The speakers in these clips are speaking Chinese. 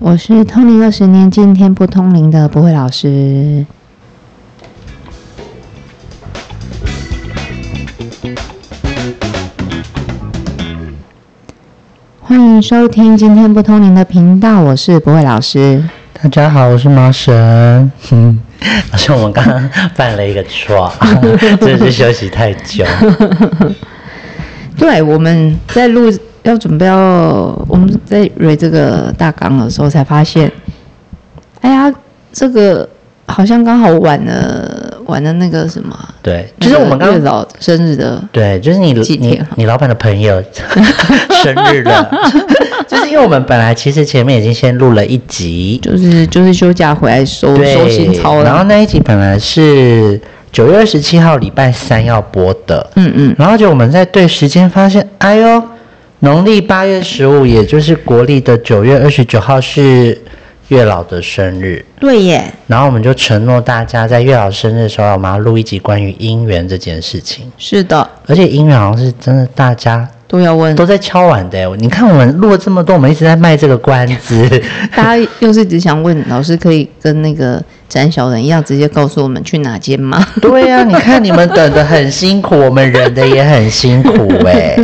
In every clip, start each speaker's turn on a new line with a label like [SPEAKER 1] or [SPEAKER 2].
[SPEAKER 1] 我是通灵二十年，今天不通灵的不会老师。欢迎收听今天不通灵的频道，我是不会老师。
[SPEAKER 2] 大家好，我是麻神。嗯， 老师，我们刚刚犯了一个错， 真是休息太 久。
[SPEAKER 1] 对，我们在录要准备要我们在蕊这个大纲的时候，才发现，哎呀，这个好像刚好晚了晚了那个什么啊，
[SPEAKER 2] 对，就是我们
[SPEAKER 1] 那个
[SPEAKER 2] 刚
[SPEAKER 1] 月
[SPEAKER 2] 刚
[SPEAKER 1] 老生日的，
[SPEAKER 2] 对，就是你
[SPEAKER 1] 几天
[SPEAKER 2] 你
[SPEAKER 1] 啊
[SPEAKER 2] 你老板的朋友 生 日了，就是因为我们本来其实前面已经先录了一集，
[SPEAKER 1] 就是就是休假回来收
[SPEAKER 2] 对，
[SPEAKER 1] 收心操
[SPEAKER 2] 然后
[SPEAKER 1] 了。
[SPEAKER 2] 那一集本来是九月二十七号礼拜三要播的，
[SPEAKER 1] 嗯嗯，
[SPEAKER 2] 然后就我们在对时间发现，哎呦，农历八月十五，也就是国历的九月二十九号是月老的生日。
[SPEAKER 1] 对耶，
[SPEAKER 2] 然后我们就承诺大家，在月老生日的时候，我们要录一集关于姻缘这件事情。
[SPEAKER 1] 是的，
[SPEAKER 2] 而且姻缘好像是真的，大家
[SPEAKER 1] 都要问
[SPEAKER 2] 都，在敲碗的耶。你看我们录了这么多，我们一直在卖这个关子。
[SPEAKER 1] 大家又是只想问老师，可以跟那个斩小人一样，直接告诉我们去哪间 吗？
[SPEAKER 2] 对呀、你看你们等的很辛苦，我们忍的也很辛苦哎。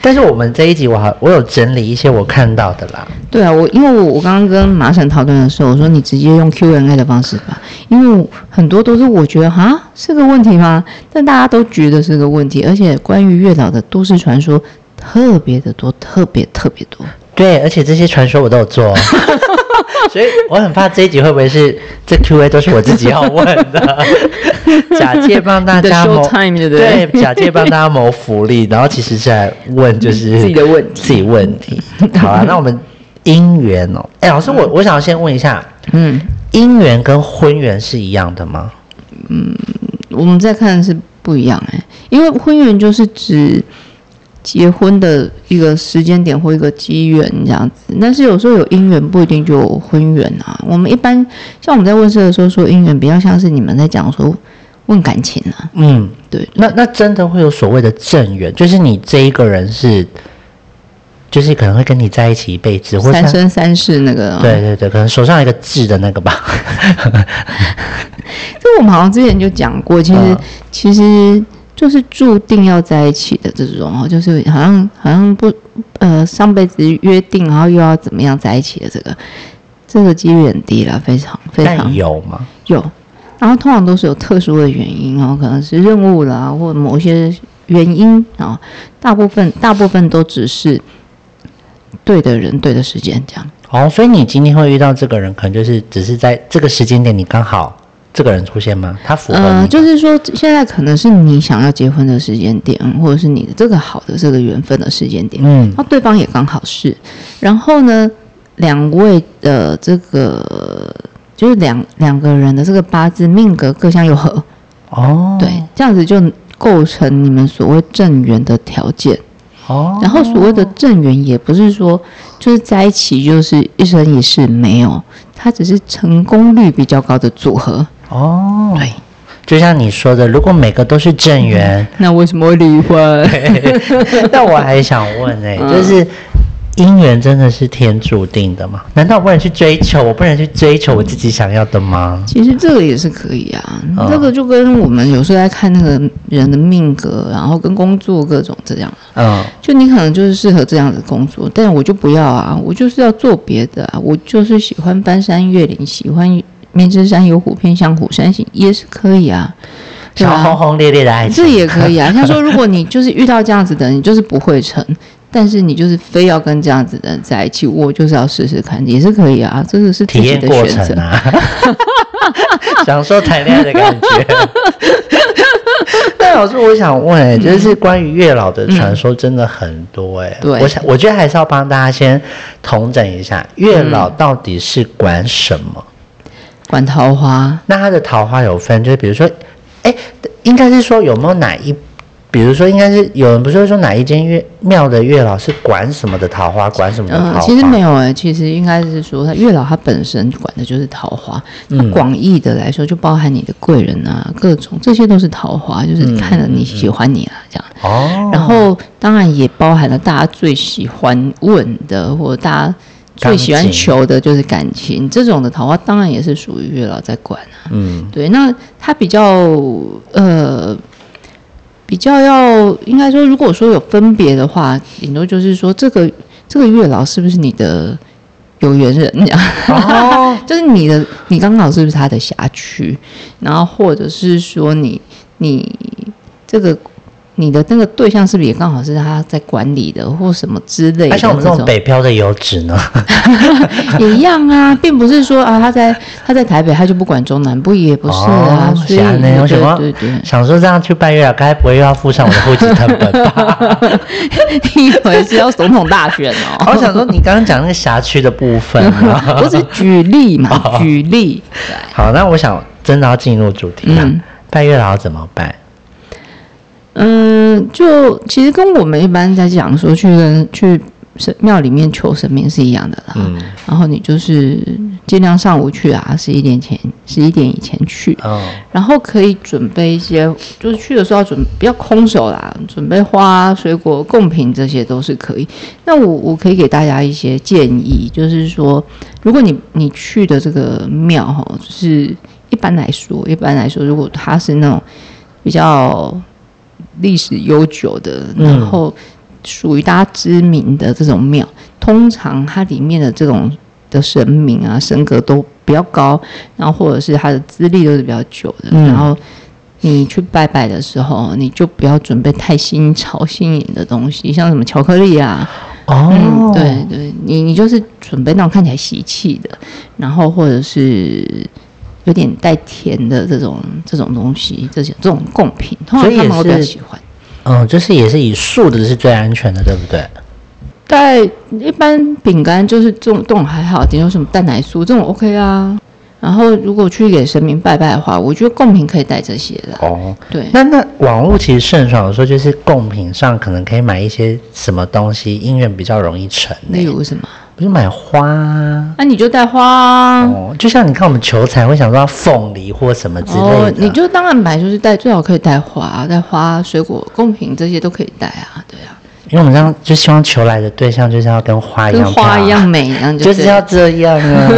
[SPEAKER 2] 但是我们这一集我好，我有整理一些我看到的啦。
[SPEAKER 1] 对啊，我因为我我刚刚跟麻省讨论的时候，我说你直接用 Q&A 的方式吧，因为我很多都是我觉得哈是个问题吗？但大家都觉得是个问题，而且关于月老的都市传说特别的多，特别特别多。
[SPEAKER 2] 对，而且这些传说我都 有做哦，所以我很怕这一集会不会是这 Q&A 都是我自己要问 的，假借帮大家
[SPEAKER 1] 你的
[SPEAKER 2] 谋
[SPEAKER 1] showtime，对不对
[SPEAKER 2] 对？假借帮大家谋福利，然后其实是来问就是
[SPEAKER 1] 自己的问题
[SPEAKER 2] 自己问题。好啊，那我们姻缘哦，哎，老师，我我想先问一下，
[SPEAKER 1] 嗯，
[SPEAKER 2] 姻缘跟婚缘是一样的吗？
[SPEAKER 1] 我们再看是不一样哎、因为婚缘就是指结婚的一个时间点或一个机缘这样子，但是有时候有姻缘不一定就有婚缘啊。我们一般像我们在问事的时候说姻缘，比较像是你们在讲说问感情啊，
[SPEAKER 2] 嗯，
[SPEAKER 1] 对，
[SPEAKER 2] 那那真的会有所谓的正缘，就是你这一个人是，就是可能会跟你在一起一辈子，或者
[SPEAKER 1] 三生三世那个、啊。
[SPEAKER 2] 对，对对，可能手上有一个痣的那个吧。
[SPEAKER 1] 这我们好像之前就讲过，其实、
[SPEAKER 2] 嗯
[SPEAKER 1] 其实就是注定要在一起的这种哦，就是好像好像不呃上辈子约定，然后又要怎么样在一起的这个，这个几率很低了，非常 非常
[SPEAKER 2] 但有吗？
[SPEAKER 1] 有。然后通常都是有特殊的原因哦，可能是任务啦，或某些原因啊、大部分大部分都只是对的人、对的时间这样。
[SPEAKER 2] 哦，所以你今天会遇到这个人，可能就是只是在这个时间点，你刚好这个人出现吗？他符合你吗、
[SPEAKER 1] 呃，就是说现在可能是你想要结婚的时间点，或者是你的这个好的这个缘分的时间点，
[SPEAKER 2] 嗯
[SPEAKER 1] 然，后对方也刚好是，然后呢，两位的这个就是两两个人的这个八字命格各相又合，
[SPEAKER 2] 哦，
[SPEAKER 1] 对，，这样子就构成你们所谓正缘的条件。
[SPEAKER 2] 哦，
[SPEAKER 1] 然后所谓的正缘也不是说就是在一起就是一生一世没有，它只是成功率比较高的组合。
[SPEAKER 2] 哦，
[SPEAKER 1] 对，
[SPEAKER 2] 就像你说的，如果每个都是 正缘，
[SPEAKER 1] 那为什么会离婚？
[SPEAKER 2] 那我还想问哎、
[SPEAKER 1] 嗯
[SPEAKER 2] 就是。姻缘真的是天注定的吗？难道我不能去追求？我不能去追求我自己想要的吗？
[SPEAKER 1] 其实这个也是可以啊，
[SPEAKER 2] 嗯
[SPEAKER 1] 这个就跟我们有时候在看那个人的命格，然后跟工作各种这样，
[SPEAKER 2] 嗯，
[SPEAKER 1] 就你可能就是适合这样的工作，但我就不要啊，我就是要做别的啊，我就是喜欢翻山越岭，喜欢明知山有虎，偏向虎山行，也是可以啊，对
[SPEAKER 2] 想要轰
[SPEAKER 1] 啊，
[SPEAKER 2] 轰烈烈的爱情，
[SPEAKER 1] 这也可 以啊。像说，如果你就是遇到这样子的人，你就是不会成。但是你就是非要跟这样子的人在一起，我就是要试试看，也是可以啊，这个是自
[SPEAKER 2] 体
[SPEAKER 1] 己
[SPEAKER 2] 验
[SPEAKER 1] 的
[SPEAKER 2] 过
[SPEAKER 1] 选
[SPEAKER 2] 程
[SPEAKER 1] 择。
[SPEAKER 2] 啊， 享受谈恋爱的感觉。 但老师，我想问、欸，就是关于月老的传说真的很多哎、欸
[SPEAKER 1] 对
[SPEAKER 2] 我想我觉得还是要帮大家先统整一下，月老到底是管什么？
[SPEAKER 1] 管桃花，
[SPEAKER 2] 那他的桃花有分，就是比如说，哎、应该是说有没有哪一，比如说应该是有人不是会说哪一间月庙的月老是管什么的桃花，管什么的桃
[SPEAKER 1] 嗯
[SPEAKER 2] 花？，
[SPEAKER 1] 其实没有哎、其实应该是说，它月老它本身管的就是桃花。
[SPEAKER 2] 嗯
[SPEAKER 1] 那广义的来说，就包含你的贵人啊，各种这些都是桃花，就
[SPEAKER 2] 嗯
[SPEAKER 1] 是看了你喜欢你啦、这样。
[SPEAKER 2] 哦，
[SPEAKER 1] 然后当然也包含了大家最喜欢问的，或者大家最喜欢
[SPEAKER 2] 钢琴
[SPEAKER 1] 求的就是感情，这种的桃花当然也是属于月老在管啊。
[SPEAKER 2] 嗯
[SPEAKER 1] 对，那他比较呃比较要应该说，如果说有分别的话，顶多就是说这个这个月老是不是你的有缘人呀？
[SPEAKER 2] 哦
[SPEAKER 1] 就是你的你刚好是不是他的辖区？然后或者是说你你这个。你的那个对象是不是也刚好是他在管理的，或什么之类
[SPEAKER 2] 那、
[SPEAKER 1] 的？
[SPEAKER 2] 像我们这
[SPEAKER 1] 这
[SPEAKER 2] 种北漂的油脂呢？
[SPEAKER 1] 也一样啊，并不是说啊，他在他在台北，他就不管中南部，也不是啊，
[SPEAKER 2] 哦
[SPEAKER 1] 所以
[SPEAKER 2] 是安内我
[SPEAKER 1] 对
[SPEAKER 2] 想说
[SPEAKER 1] 对对，
[SPEAKER 2] 想说这样去拜月老，啊该不会又要附上我的户籍成本 吧？
[SPEAKER 1] 你以为是要总统大选哦？
[SPEAKER 2] 我想说，你刚刚讲那个辖区的部分 啊，
[SPEAKER 1] 我只是举例
[SPEAKER 2] 哦
[SPEAKER 1] 嘛，举例。
[SPEAKER 2] 好，那我想真的要进入主题了，啊
[SPEAKER 1] 嗯
[SPEAKER 2] 拜月老怎么办？
[SPEAKER 1] 嗯，就其实跟我们一般在讲说去跟去神庙里面求神明是一样的啦。
[SPEAKER 2] 嗯
[SPEAKER 1] 然后你就是尽量上午去啊，十一点前、十一点以前去。
[SPEAKER 2] 哦，
[SPEAKER 1] 然后可以准备一些，就是去的时候要准不要空手啦，准备花、水果、贡品这些都是可以。那我我可以给大家一些建议，就是说，如果你你去的这个庙哈，就是一般来说，一般来说，如果它是那种比较历史悠久的，
[SPEAKER 2] 嗯
[SPEAKER 1] 然后属于大家知名的这种庙，通常它里面的这种的神明啊、神格都比较高，然后或者是他的资历都是比较久的，
[SPEAKER 2] 嗯
[SPEAKER 1] 然后你去拜拜的时候，你就不要准备太新潮新颖的东西，像什么巧克力啊，
[SPEAKER 2] 哦，
[SPEAKER 1] 嗯，对对，你你就是准备那种看起来喜气的，然后或者是有点带甜的这种这种东西，这些这种贡品，通
[SPEAKER 2] 所
[SPEAKER 1] 常
[SPEAKER 2] 以
[SPEAKER 1] 他
[SPEAKER 2] 也
[SPEAKER 1] 们会比较
[SPEAKER 2] 是
[SPEAKER 1] 喜欢。
[SPEAKER 2] 嗯，就是也是以素的是最安全的，对不对？
[SPEAKER 1] 但一般饼干就是这种这种还好，顶多什么蛋奶酥这种 OK 啊。然后如果去给神明拜拜的话，我觉得贡品可以带这些的。
[SPEAKER 2] 哦，
[SPEAKER 1] 对，
[SPEAKER 2] 那那网络其实盛传说，就是贡品上可能可以买一些什么东西，姻缘比较容易成呢、
[SPEAKER 1] 例如什么？
[SPEAKER 2] 不是买花、啊。
[SPEAKER 1] 那、你就带花啊。
[SPEAKER 2] 哦，就像你看我们求财会想说要凤梨或什么之类的，
[SPEAKER 1] 哦，你就当然买就是带，最好可以带花，带花、水果、贡品这些都可以带啊，对啊，
[SPEAKER 2] 因为我们这样就希望求来的对象就是要跟花一
[SPEAKER 1] 跟
[SPEAKER 2] 样
[SPEAKER 1] 花
[SPEAKER 2] 漂
[SPEAKER 1] 一
[SPEAKER 2] 亮
[SPEAKER 1] 样美，然后
[SPEAKER 2] 哎就是
[SPEAKER 1] 是
[SPEAKER 2] 要这 样啊。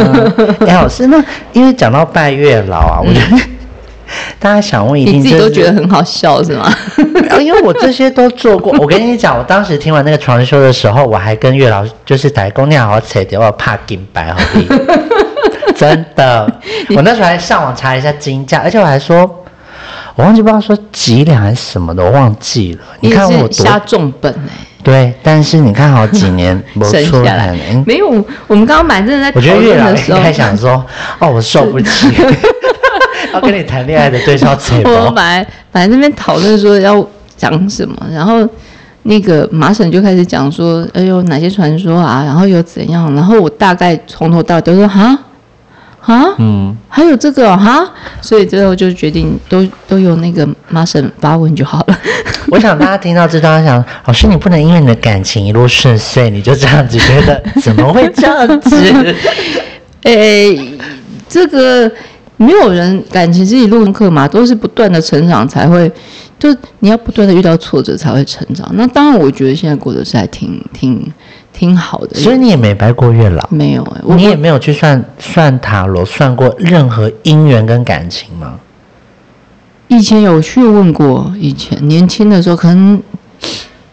[SPEAKER 2] 哎、老师，那因为讲到拜月老啊，我觉得、 大家想问一
[SPEAKER 1] 嗯你
[SPEAKER 2] 定
[SPEAKER 1] 自
[SPEAKER 2] 就
[SPEAKER 1] 己
[SPEAKER 2] 是，
[SPEAKER 1] 都觉得很好笑是吗？
[SPEAKER 2] 得，因为我这些都 做过。我跟你讲，我当时听完那个传说的时候，我还跟月老就是打工那好扯掉，我怕金白好 厉害真的。我那时候还上网查一下金价，而且我还说。我忘记不知道说几两还是什么的，我忘记了。你
[SPEAKER 1] 也
[SPEAKER 2] 看我
[SPEAKER 1] 是
[SPEAKER 2] 多
[SPEAKER 1] 下重本哎、
[SPEAKER 2] 对，但是你看好几 年不
[SPEAKER 1] 省
[SPEAKER 2] 出
[SPEAKER 1] 下
[SPEAKER 2] 来
[SPEAKER 1] 来
[SPEAKER 2] 呢，嗯
[SPEAKER 1] 没有，我们刚刚买真的在
[SPEAKER 2] 我觉
[SPEAKER 1] 讨
[SPEAKER 2] 得月
[SPEAKER 1] 论
[SPEAKER 2] 老
[SPEAKER 1] 的
[SPEAKER 2] 应
[SPEAKER 1] 时候，
[SPEAKER 2] 该 想说，哦，我受不起， 要跟你谈恋爱的对象怎
[SPEAKER 1] 我们
[SPEAKER 2] 么？
[SPEAKER 1] 本来本来那边讨论说要讲什么，然后那个麻省就开始讲说，哎呦哪些传说啊，然后又怎样，然后我大概从头到尾都说哈哈，
[SPEAKER 2] 嗯，
[SPEAKER 1] 还有这个哦哈、所以最后就决定都都由那个麻省发问就好了。
[SPEAKER 2] 我想大家听到这段，想老师，你不能因为你的感情一路顺遂，你就这样子觉 得怎么会这样子？
[SPEAKER 1] 诶、这个没有人感情是一路克嘛，都是不断的成长才会，就你要不断的遇到挫折才会成长。那当然，我觉得现在过得是还挺挺挺好的，
[SPEAKER 2] 所以你也没拜过月老，
[SPEAKER 1] 没有诶、我
[SPEAKER 2] 你也没有去算算塔罗，算过任何姻缘跟感情吗？
[SPEAKER 1] 以前有去问过，以前年轻的时候可能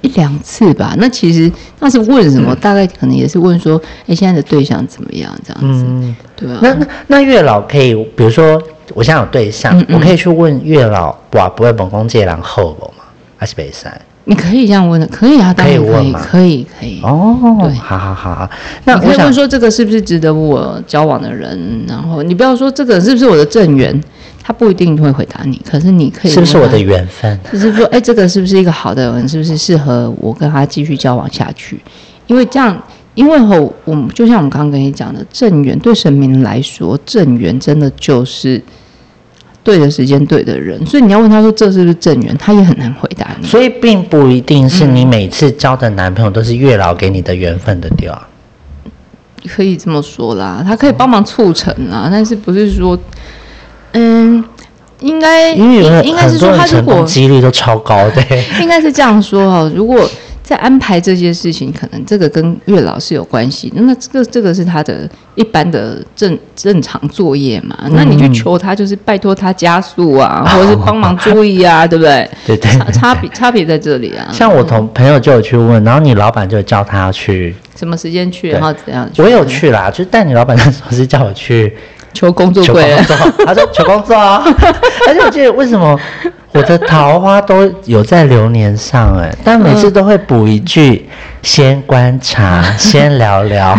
[SPEAKER 1] 一两次吧。那其实那是问什么？
[SPEAKER 2] 嗯
[SPEAKER 1] 大概可能也是问说，哎、现在的对象怎么样？这样子，
[SPEAKER 2] 嗯，
[SPEAKER 1] 对啊。
[SPEAKER 2] 那那那月老可以，比如说我现在有对象，
[SPEAKER 1] 嗯嗯
[SPEAKER 2] 我可以去问月老，哇，不会本宫借狼后不吗？还是北山？
[SPEAKER 1] 你可以这样问的，可以啊，当然
[SPEAKER 2] 可以
[SPEAKER 1] 可
[SPEAKER 2] 问
[SPEAKER 1] 以，
[SPEAKER 2] 吗
[SPEAKER 1] 可以，可以。
[SPEAKER 2] 哦
[SPEAKER 1] 对，
[SPEAKER 2] 好好好，那
[SPEAKER 1] 你
[SPEAKER 2] 我
[SPEAKER 1] 可以
[SPEAKER 2] 想
[SPEAKER 1] 问说这个是不是值得我交往的人，然后你不要说这个是不是我的正缘，他不一定会回答你，可是你可以
[SPEAKER 2] 是不是
[SPEAKER 1] 问啊他
[SPEAKER 2] 我的，缘分？
[SPEAKER 1] 就是说，哎，这个是不是一个好的人，是不是适合我跟他继续交往下去？因为这样，因为吼，我们就像我们刚刚跟你讲的，正缘对神明来说，正缘真的就是对的时间、对的人，所以你要问他说这是不是正缘，他也很难回答你。
[SPEAKER 2] 所以并不一定是
[SPEAKER 1] 嗯
[SPEAKER 2] 你每次交的男朋友都是月老给你的缘分的对啊。
[SPEAKER 1] 可以这么说啦，他可以帮忙促成啦，但是不是说，嗯，应该
[SPEAKER 2] 因为有
[SPEAKER 1] 应
[SPEAKER 2] 很
[SPEAKER 1] 应该是
[SPEAKER 2] 很
[SPEAKER 1] 说
[SPEAKER 2] 多人
[SPEAKER 1] 他如
[SPEAKER 2] 成功
[SPEAKER 1] 果
[SPEAKER 2] 几率都超高的、
[SPEAKER 1] 应该是这样说哦，如果在安排这些事情，可能这个跟月老是有关系。那这个这个是他的一般的正正常作业嘛？
[SPEAKER 2] 嗯
[SPEAKER 1] 那你去求他，就是拜托他加速 啊，或者是帮忙注意啊，对不对？
[SPEAKER 2] 对对
[SPEAKER 1] 差差别差别在这里啊。
[SPEAKER 2] 像我同朋友就有去问，然后你老板就叫他 去，
[SPEAKER 1] 什么时间去，然后怎样去？
[SPEAKER 2] 我有去啦，就是但你老板那时候是叫我去
[SPEAKER 1] 求工作啊
[SPEAKER 2] 求工
[SPEAKER 1] 贵人，
[SPEAKER 2] 作， 他说求工作哦，而且我记得为什么我的桃花都有在流年上哎、但每
[SPEAKER 1] 嗯
[SPEAKER 2] 次都会补一句先观察， 先聊聊，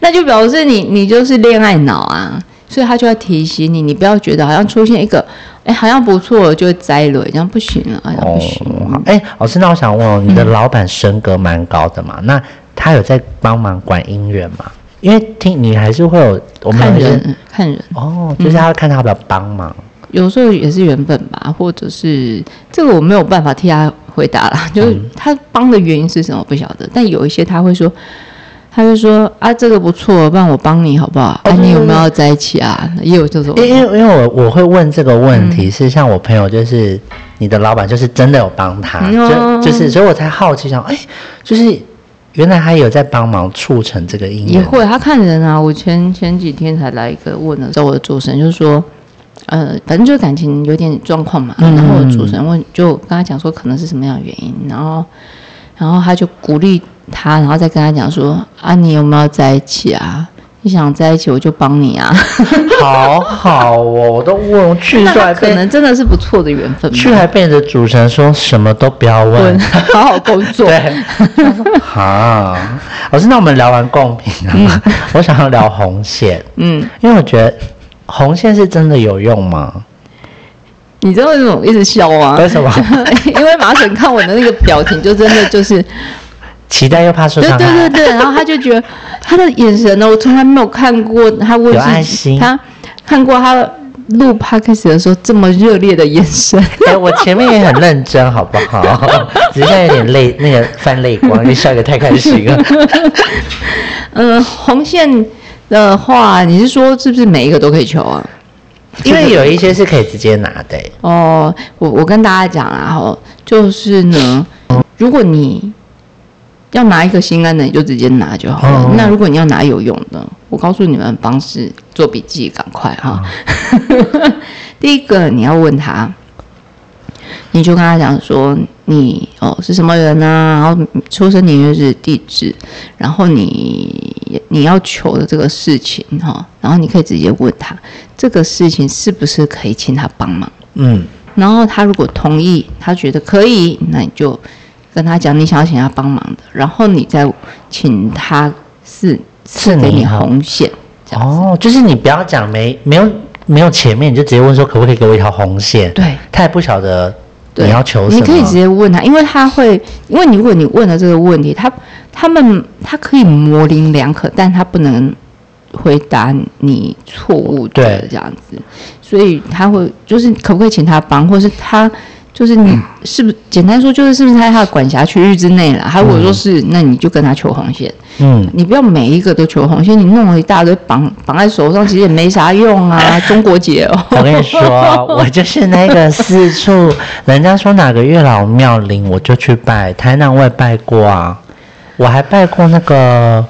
[SPEAKER 1] 那就表示你你就是恋爱脑啊，所以他就要提醒你，你不要觉得好像出现一个，哎，好像不错就会栽了，这样不行啊，这样
[SPEAKER 2] 哦
[SPEAKER 1] 不行。，
[SPEAKER 2] 好哎、老师，那我想问哦，你的老板身格蛮高的
[SPEAKER 1] 嗯
[SPEAKER 2] 嘛？那他有在帮忙管姻缘吗？因为听你还是会有我们
[SPEAKER 1] 看
[SPEAKER 2] 还是
[SPEAKER 1] 人看人，
[SPEAKER 2] 哦，就是他会看他要不要帮忙。
[SPEAKER 1] 有时候也是缘分吧，或者是这个我没有办法替他回答啦， 就是
[SPEAKER 2] 嗯
[SPEAKER 1] 他帮的原因是什么不晓得，但有一些他会说。他就说啊，这个不错，不然我帮你好不好？
[SPEAKER 2] 哦
[SPEAKER 1] 啊，你有没有要在一起啊？也有这种，
[SPEAKER 2] 因因为因为我我会问这个问
[SPEAKER 1] 嗯
[SPEAKER 2] 题，是像我朋友就是你的老板，就是真的有帮他，
[SPEAKER 1] 嗯
[SPEAKER 2] 就就是所以我才好奇想，哎、就是原来他有在帮忙促成这个姻
[SPEAKER 1] 也
[SPEAKER 2] 缘。
[SPEAKER 1] 会，他看人啊。我前前几天才来一个问的，找我的主持人就是说，呃，反正就是感情有点状况嘛。
[SPEAKER 2] 嗯
[SPEAKER 1] 然后我主持人问，就跟他讲说可能是什么样的原因，然后，然后他就鼓励他，然后再跟他讲说啊，你有没有在一起啊？你想在一起，我就帮你啊。
[SPEAKER 2] 好好哦，我都问我 去
[SPEAKER 1] 那
[SPEAKER 2] 出
[SPEAKER 1] 他
[SPEAKER 2] 来
[SPEAKER 1] 可
[SPEAKER 2] 被
[SPEAKER 1] 能真的是不错的缘分吧。
[SPEAKER 2] 去还被你的主持人说什么都不要问
[SPEAKER 1] 对，。好好工作。
[SPEAKER 2] 对，他说 好，老师，那我们聊完贡品了吗？ 我想要聊红线，
[SPEAKER 1] 嗯，
[SPEAKER 2] 因为我觉得红线是真的有用吗？
[SPEAKER 1] 你知道为什么我一直笑吗？
[SPEAKER 2] 为什么？
[SPEAKER 1] 因为马婶看我的那个表情，就真的就是。
[SPEAKER 2] 期待又怕受
[SPEAKER 1] 对
[SPEAKER 2] 伤害，
[SPEAKER 1] 对对对，然后他就觉得他的眼神呢，我从来没有看过他问
[SPEAKER 2] 有爱心
[SPEAKER 1] 他看过他录 podcast 的时候这么热烈的眼神。
[SPEAKER 2] 哎、我前面也很认真，好不 好？只是现在有点泪，那个泛泪光，因为笑得太开心了。
[SPEAKER 1] 嗯，红线的话，你是说是不是每一个都可以求啊？
[SPEAKER 2] 因为有一些是可以直接拿的、欸，
[SPEAKER 1] 哦，我我跟大家讲啊，哦，就是呢，如果你要拿一个心安的，你就直接拿就好了。
[SPEAKER 2] 哦
[SPEAKER 1] 那如果你要拿有用的，我告诉你们方式，做笔记，赶快哈。 第一个你要问他，你就跟他讲说你哦是什么人呐、然后出生年月日、地址，然后你你要求的这个事情哈、然后你可以直接问他这个事情是不是可以请他帮忙。
[SPEAKER 2] 嗯，
[SPEAKER 1] 然后他如果同意，他觉得可以，那你就跟他讲你想要请他帮忙的，然后你再请他是
[SPEAKER 2] 是
[SPEAKER 1] 是给
[SPEAKER 2] 你
[SPEAKER 1] 你
[SPEAKER 2] 哈
[SPEAKER 1] 红线，这样、
[SPEAKER 2] 哦，就是你不要讲没没有没有前面，你就直接问说可不可以给我一条红线？
[SPEAKER 1] 对。
[SPEAKER 2] 他也不晓得
[SPEAKER 1] 对，
[SPEAKER 2] 你要求什
[SPEAKER 1] 你
[SPEAKER 2] 么，
[SPEAKER 1] 可以直接问他，因为他会，因为你如果你问了这个问题，他他们他可以模棱两可，但他不能回答你错误的
[SPEAKER 2] 对
[SPEAKER 1] 这样子，所以他会就是可不可以请他帮，或是他就是你是不是简单说就是是不是在他的管辖区域之内了？他如果说是，那你就跟他求红线，
[SPEAKER 2] 嗯，
[SPEAKER 1] 你不要每一个都求红线，你弄了一大堆绑绑在手上，其实也没啥用 啊，中国结哦。
[SPEAKER 2] 我跟你说，我就是那个四 处，人家说哪个月老庙灵，我就去拜。台南我也拜过啊，我还拜过那个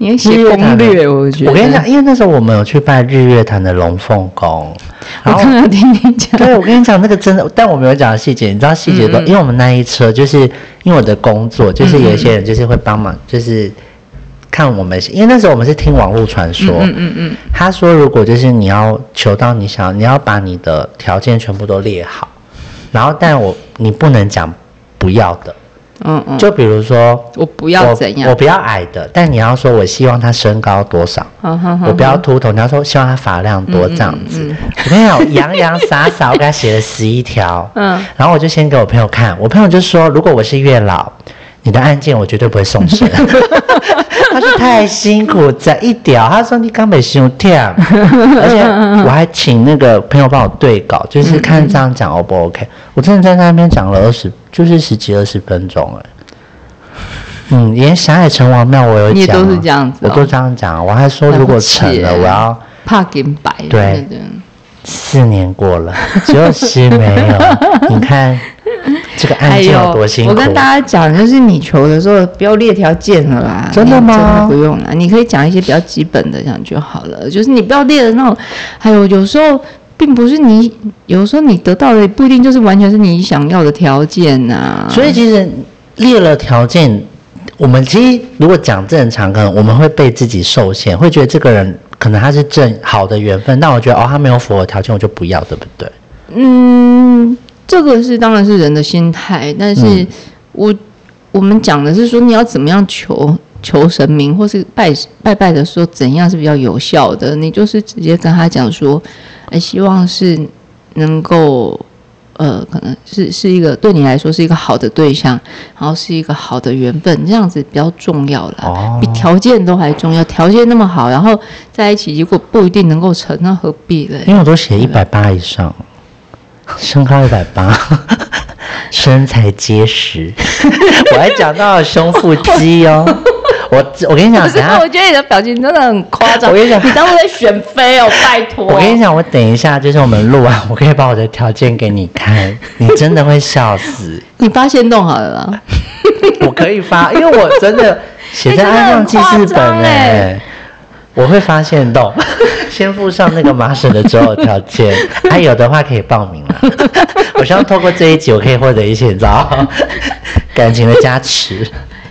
[SPEAKER 1] 你要
[SPEAKER 2] 日
[SPEAKER 1] 写
[SPEAKER 2] 月潭
[SPEAKER 1] 攻
[SPEAKER 2] 的
[SPEAKER 1] 略，我觉得。
[SPEAKER 2] 啊我跟你讲，因为那时候我们有去拜日月潭的龙凤宫，
[SPEAKER 1] 我
[SPEAKER 2] 然后
[SPEAKER 1] 刚刚听你 讲，
[SPEAKER 2] 对我跟你讲那个真的，但我没有讲细节，你知道细节
[SPEAKER 1] 嗯
[SPEAKER 2] 都，因为我们那一车就是因为我的工作，就是有一些人就是会帮忙，就是看我们，因为那时候我们是听网络传说，
[SPEAKER 1] 嗯嗯嗯，
[SPEAKER 2] 他说，如果就是你要求到你想，你要把你的条件全部都列好，然后但我你不能讲不要的，
[SPEAKER 1] 嗯嗯，
[SPEAKER 2] 就比如说
[SPEAKER 1] 我不要
[SPEAKER 2] 我
[SPEAKER 1] 怎
[SPEAKER 2] 我
[SPEAKER 1] 样，
[SPEAKER 2] 不要矮的，但你要说我希望他身高多少，
[SPEAKER 1] 哼哼
[SPEAKER 2] 我
[SPEAKER 1] 哼
[SPEAKER 2] 不要秃头，你要说希望他发量多这样子。
[SPEAKER 1] 嗯
[SPEAKER 2] 我跟你讲，我洋洋洒洒，我给他写了十一条，
[SPEAKER 1] 嗯，
[SPEAKER 2] 然后我就先给我朋友看，我朋友就说，如果我是月老，你的案件我绝对不会送 审。他说太辛苦，再一屌。他说你刚被修 跳，而且我还请那个朋友帮我对稿，就是看这样讲 O 不 OK。我真的在那边讲了二十，就是十几二十分钟哎、嗯，连霞海城隍庙我有讲啊、
[SPEAKER 1] 你也都是这样子哦
[SPEAKER 2] 我都这样讲。啊我还说如果成
[SPEAKER 1] 了不
[SPEAKER 2] 了，
[SPEAKER 1] 起啊
[SPEAKER 2] 我要
[SPEAKER 1] 怕给你白，
[SPEAKER 2] 对
[SPEAKER 1] 对，
[SPEAKER 2] 四年过了，就是没有。你看，这个
[SPEAKER 1] 哎
[SPEAKER 2] 案件有
[SPEAKER 1] 呦
[SPEAKER 2] 多辛，苦。
[SPEAKER 1] 我跟大家讲，就是你求的时候不要列条件了啦。
[SPEAKER 2] 真的吗
[SPEAKER 1] 真的不用啦，你可以讲一些比较基本的，这样就好了。就是你不要列的那种，还有有时候并不是你，有时候你得到的也不一定就是完全是你想要的条件呐、
[SPEAKER 2] 所以其实列了条件，我们其实如果讲正常，可能我们会被自己受限，会觉得这个人可能他是正好的缘分，但我觉得哦，他没有符合条件，我就不要，对不对？
[SPEAKER 1] 嗯，这个是当然是人的心态，但是我、我们讲的是说你要怎么样求求神明，或是拜拜拜的时候怎样是比较有效的，你就是直接跟他讲说，哎，希望是能够。呃，可能是是一个对你来说是一个好的对象，然后是一个好的缘分，这样子比较重要啦，
[SPEAKER 2] 哦
[SPEAKER 1] 比条件都还重要。条件那么好，然后在一起结果不一定能够成，那何必嘞？
[SPEAKER 2] 因为我都写一百八以上，身高一百八， 身材结实， 我还讲到了胸腹肌哦。我我跟你讲，
[SPEAKER 1] 不是
[SPEAKER 2] 等一，下
[SPEAKER 1] 我觉得你的表情真的很夸张。
[SPEAKER 2] 我跟你讲
[SPEAKER 1] 你当初在选妃哦，拜托。
[SPEAKER 2] 我跟你讲，我等一下就是我们录完，我可以把我的条件给你看，你真的会笑死。
[SPEAKER 1] 你发现弄好了啦。
[SPEAKER 2] 我可以发，因为我真的写在爱用记 事本
[SPEAKER 1] 你真的很夸张
[SPEAKER 2] 哎、
[SPEAKER 1] 欸
[SPEAKER 2] 我会发现洞， 先附上那个麻省的择偶条件，还、有的话可以报名了。 我希望透过这一集，我可以获得一些你知道 感情的加 持。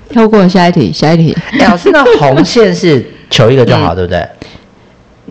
[SPEAKER 1] 跳过下一题，下一题。
[SPEAKER 2] 哎老师，那红线是求一个就好，对不对？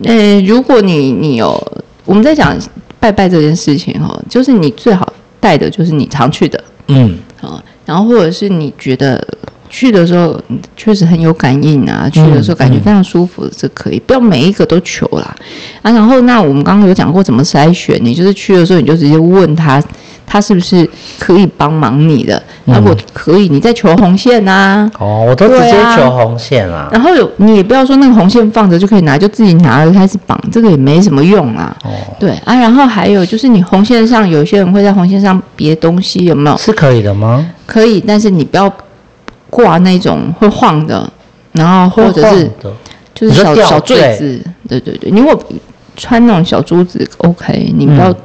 [SPEAKER 1] 呃，如果你你有我们在讲拜拜这件事情哦，就是你最好带的就是你常去的
[SPEAKER 2] 嗯，
[SPEAKER 1] 哦，然后或者是你觉得去的时候嗯确实很有感应
[SPEAKER 2] 嗯
[SPEAKER 1] 啊，去的时候感觉非常舒服，这可以不要每一个都求啦啊。然后那我们刚刚有讲过怎么筛选，你就是去的时候你就直接问他，他是不是可以帮忙你的？
[SPEAKER 2] 嗯
[SPEAKER 1] 如果可以，你再求红线啊。
[SPEAKER 2] 哦，我都直接
[SPEAKER 1] 对啊
[SPEAKER 2] 求红线 啦。
[SPEAKER 1] 然后有你也不要说那个红线放着就可以拿，就自己拿了开始绑，这个也没什么用啦。
[SPEAKER 2] 哦，
[SPEAKER 1] 对啊，然后还有就是你红线上有些人会在红线上别东西，有没有？
[SPEAKER 2] 是可以的吗？
[SPEAKER 1] 可以，但是你不要挂那种会晃的，然后或者是
[SPEAKER 2] 晃的
[SPEAKER 1] 就是
[SPEAKER 2] 你说
[SPEAKER 1] 小
[SPEAKER 2] 吊
[SPEAKER 1] 小坠
[SPEAKER 2] 坠
[SPEAKER 1] 子，对对对，你如果穿那种小珠子 OK，你不要
[SPEAKER 2] 嗯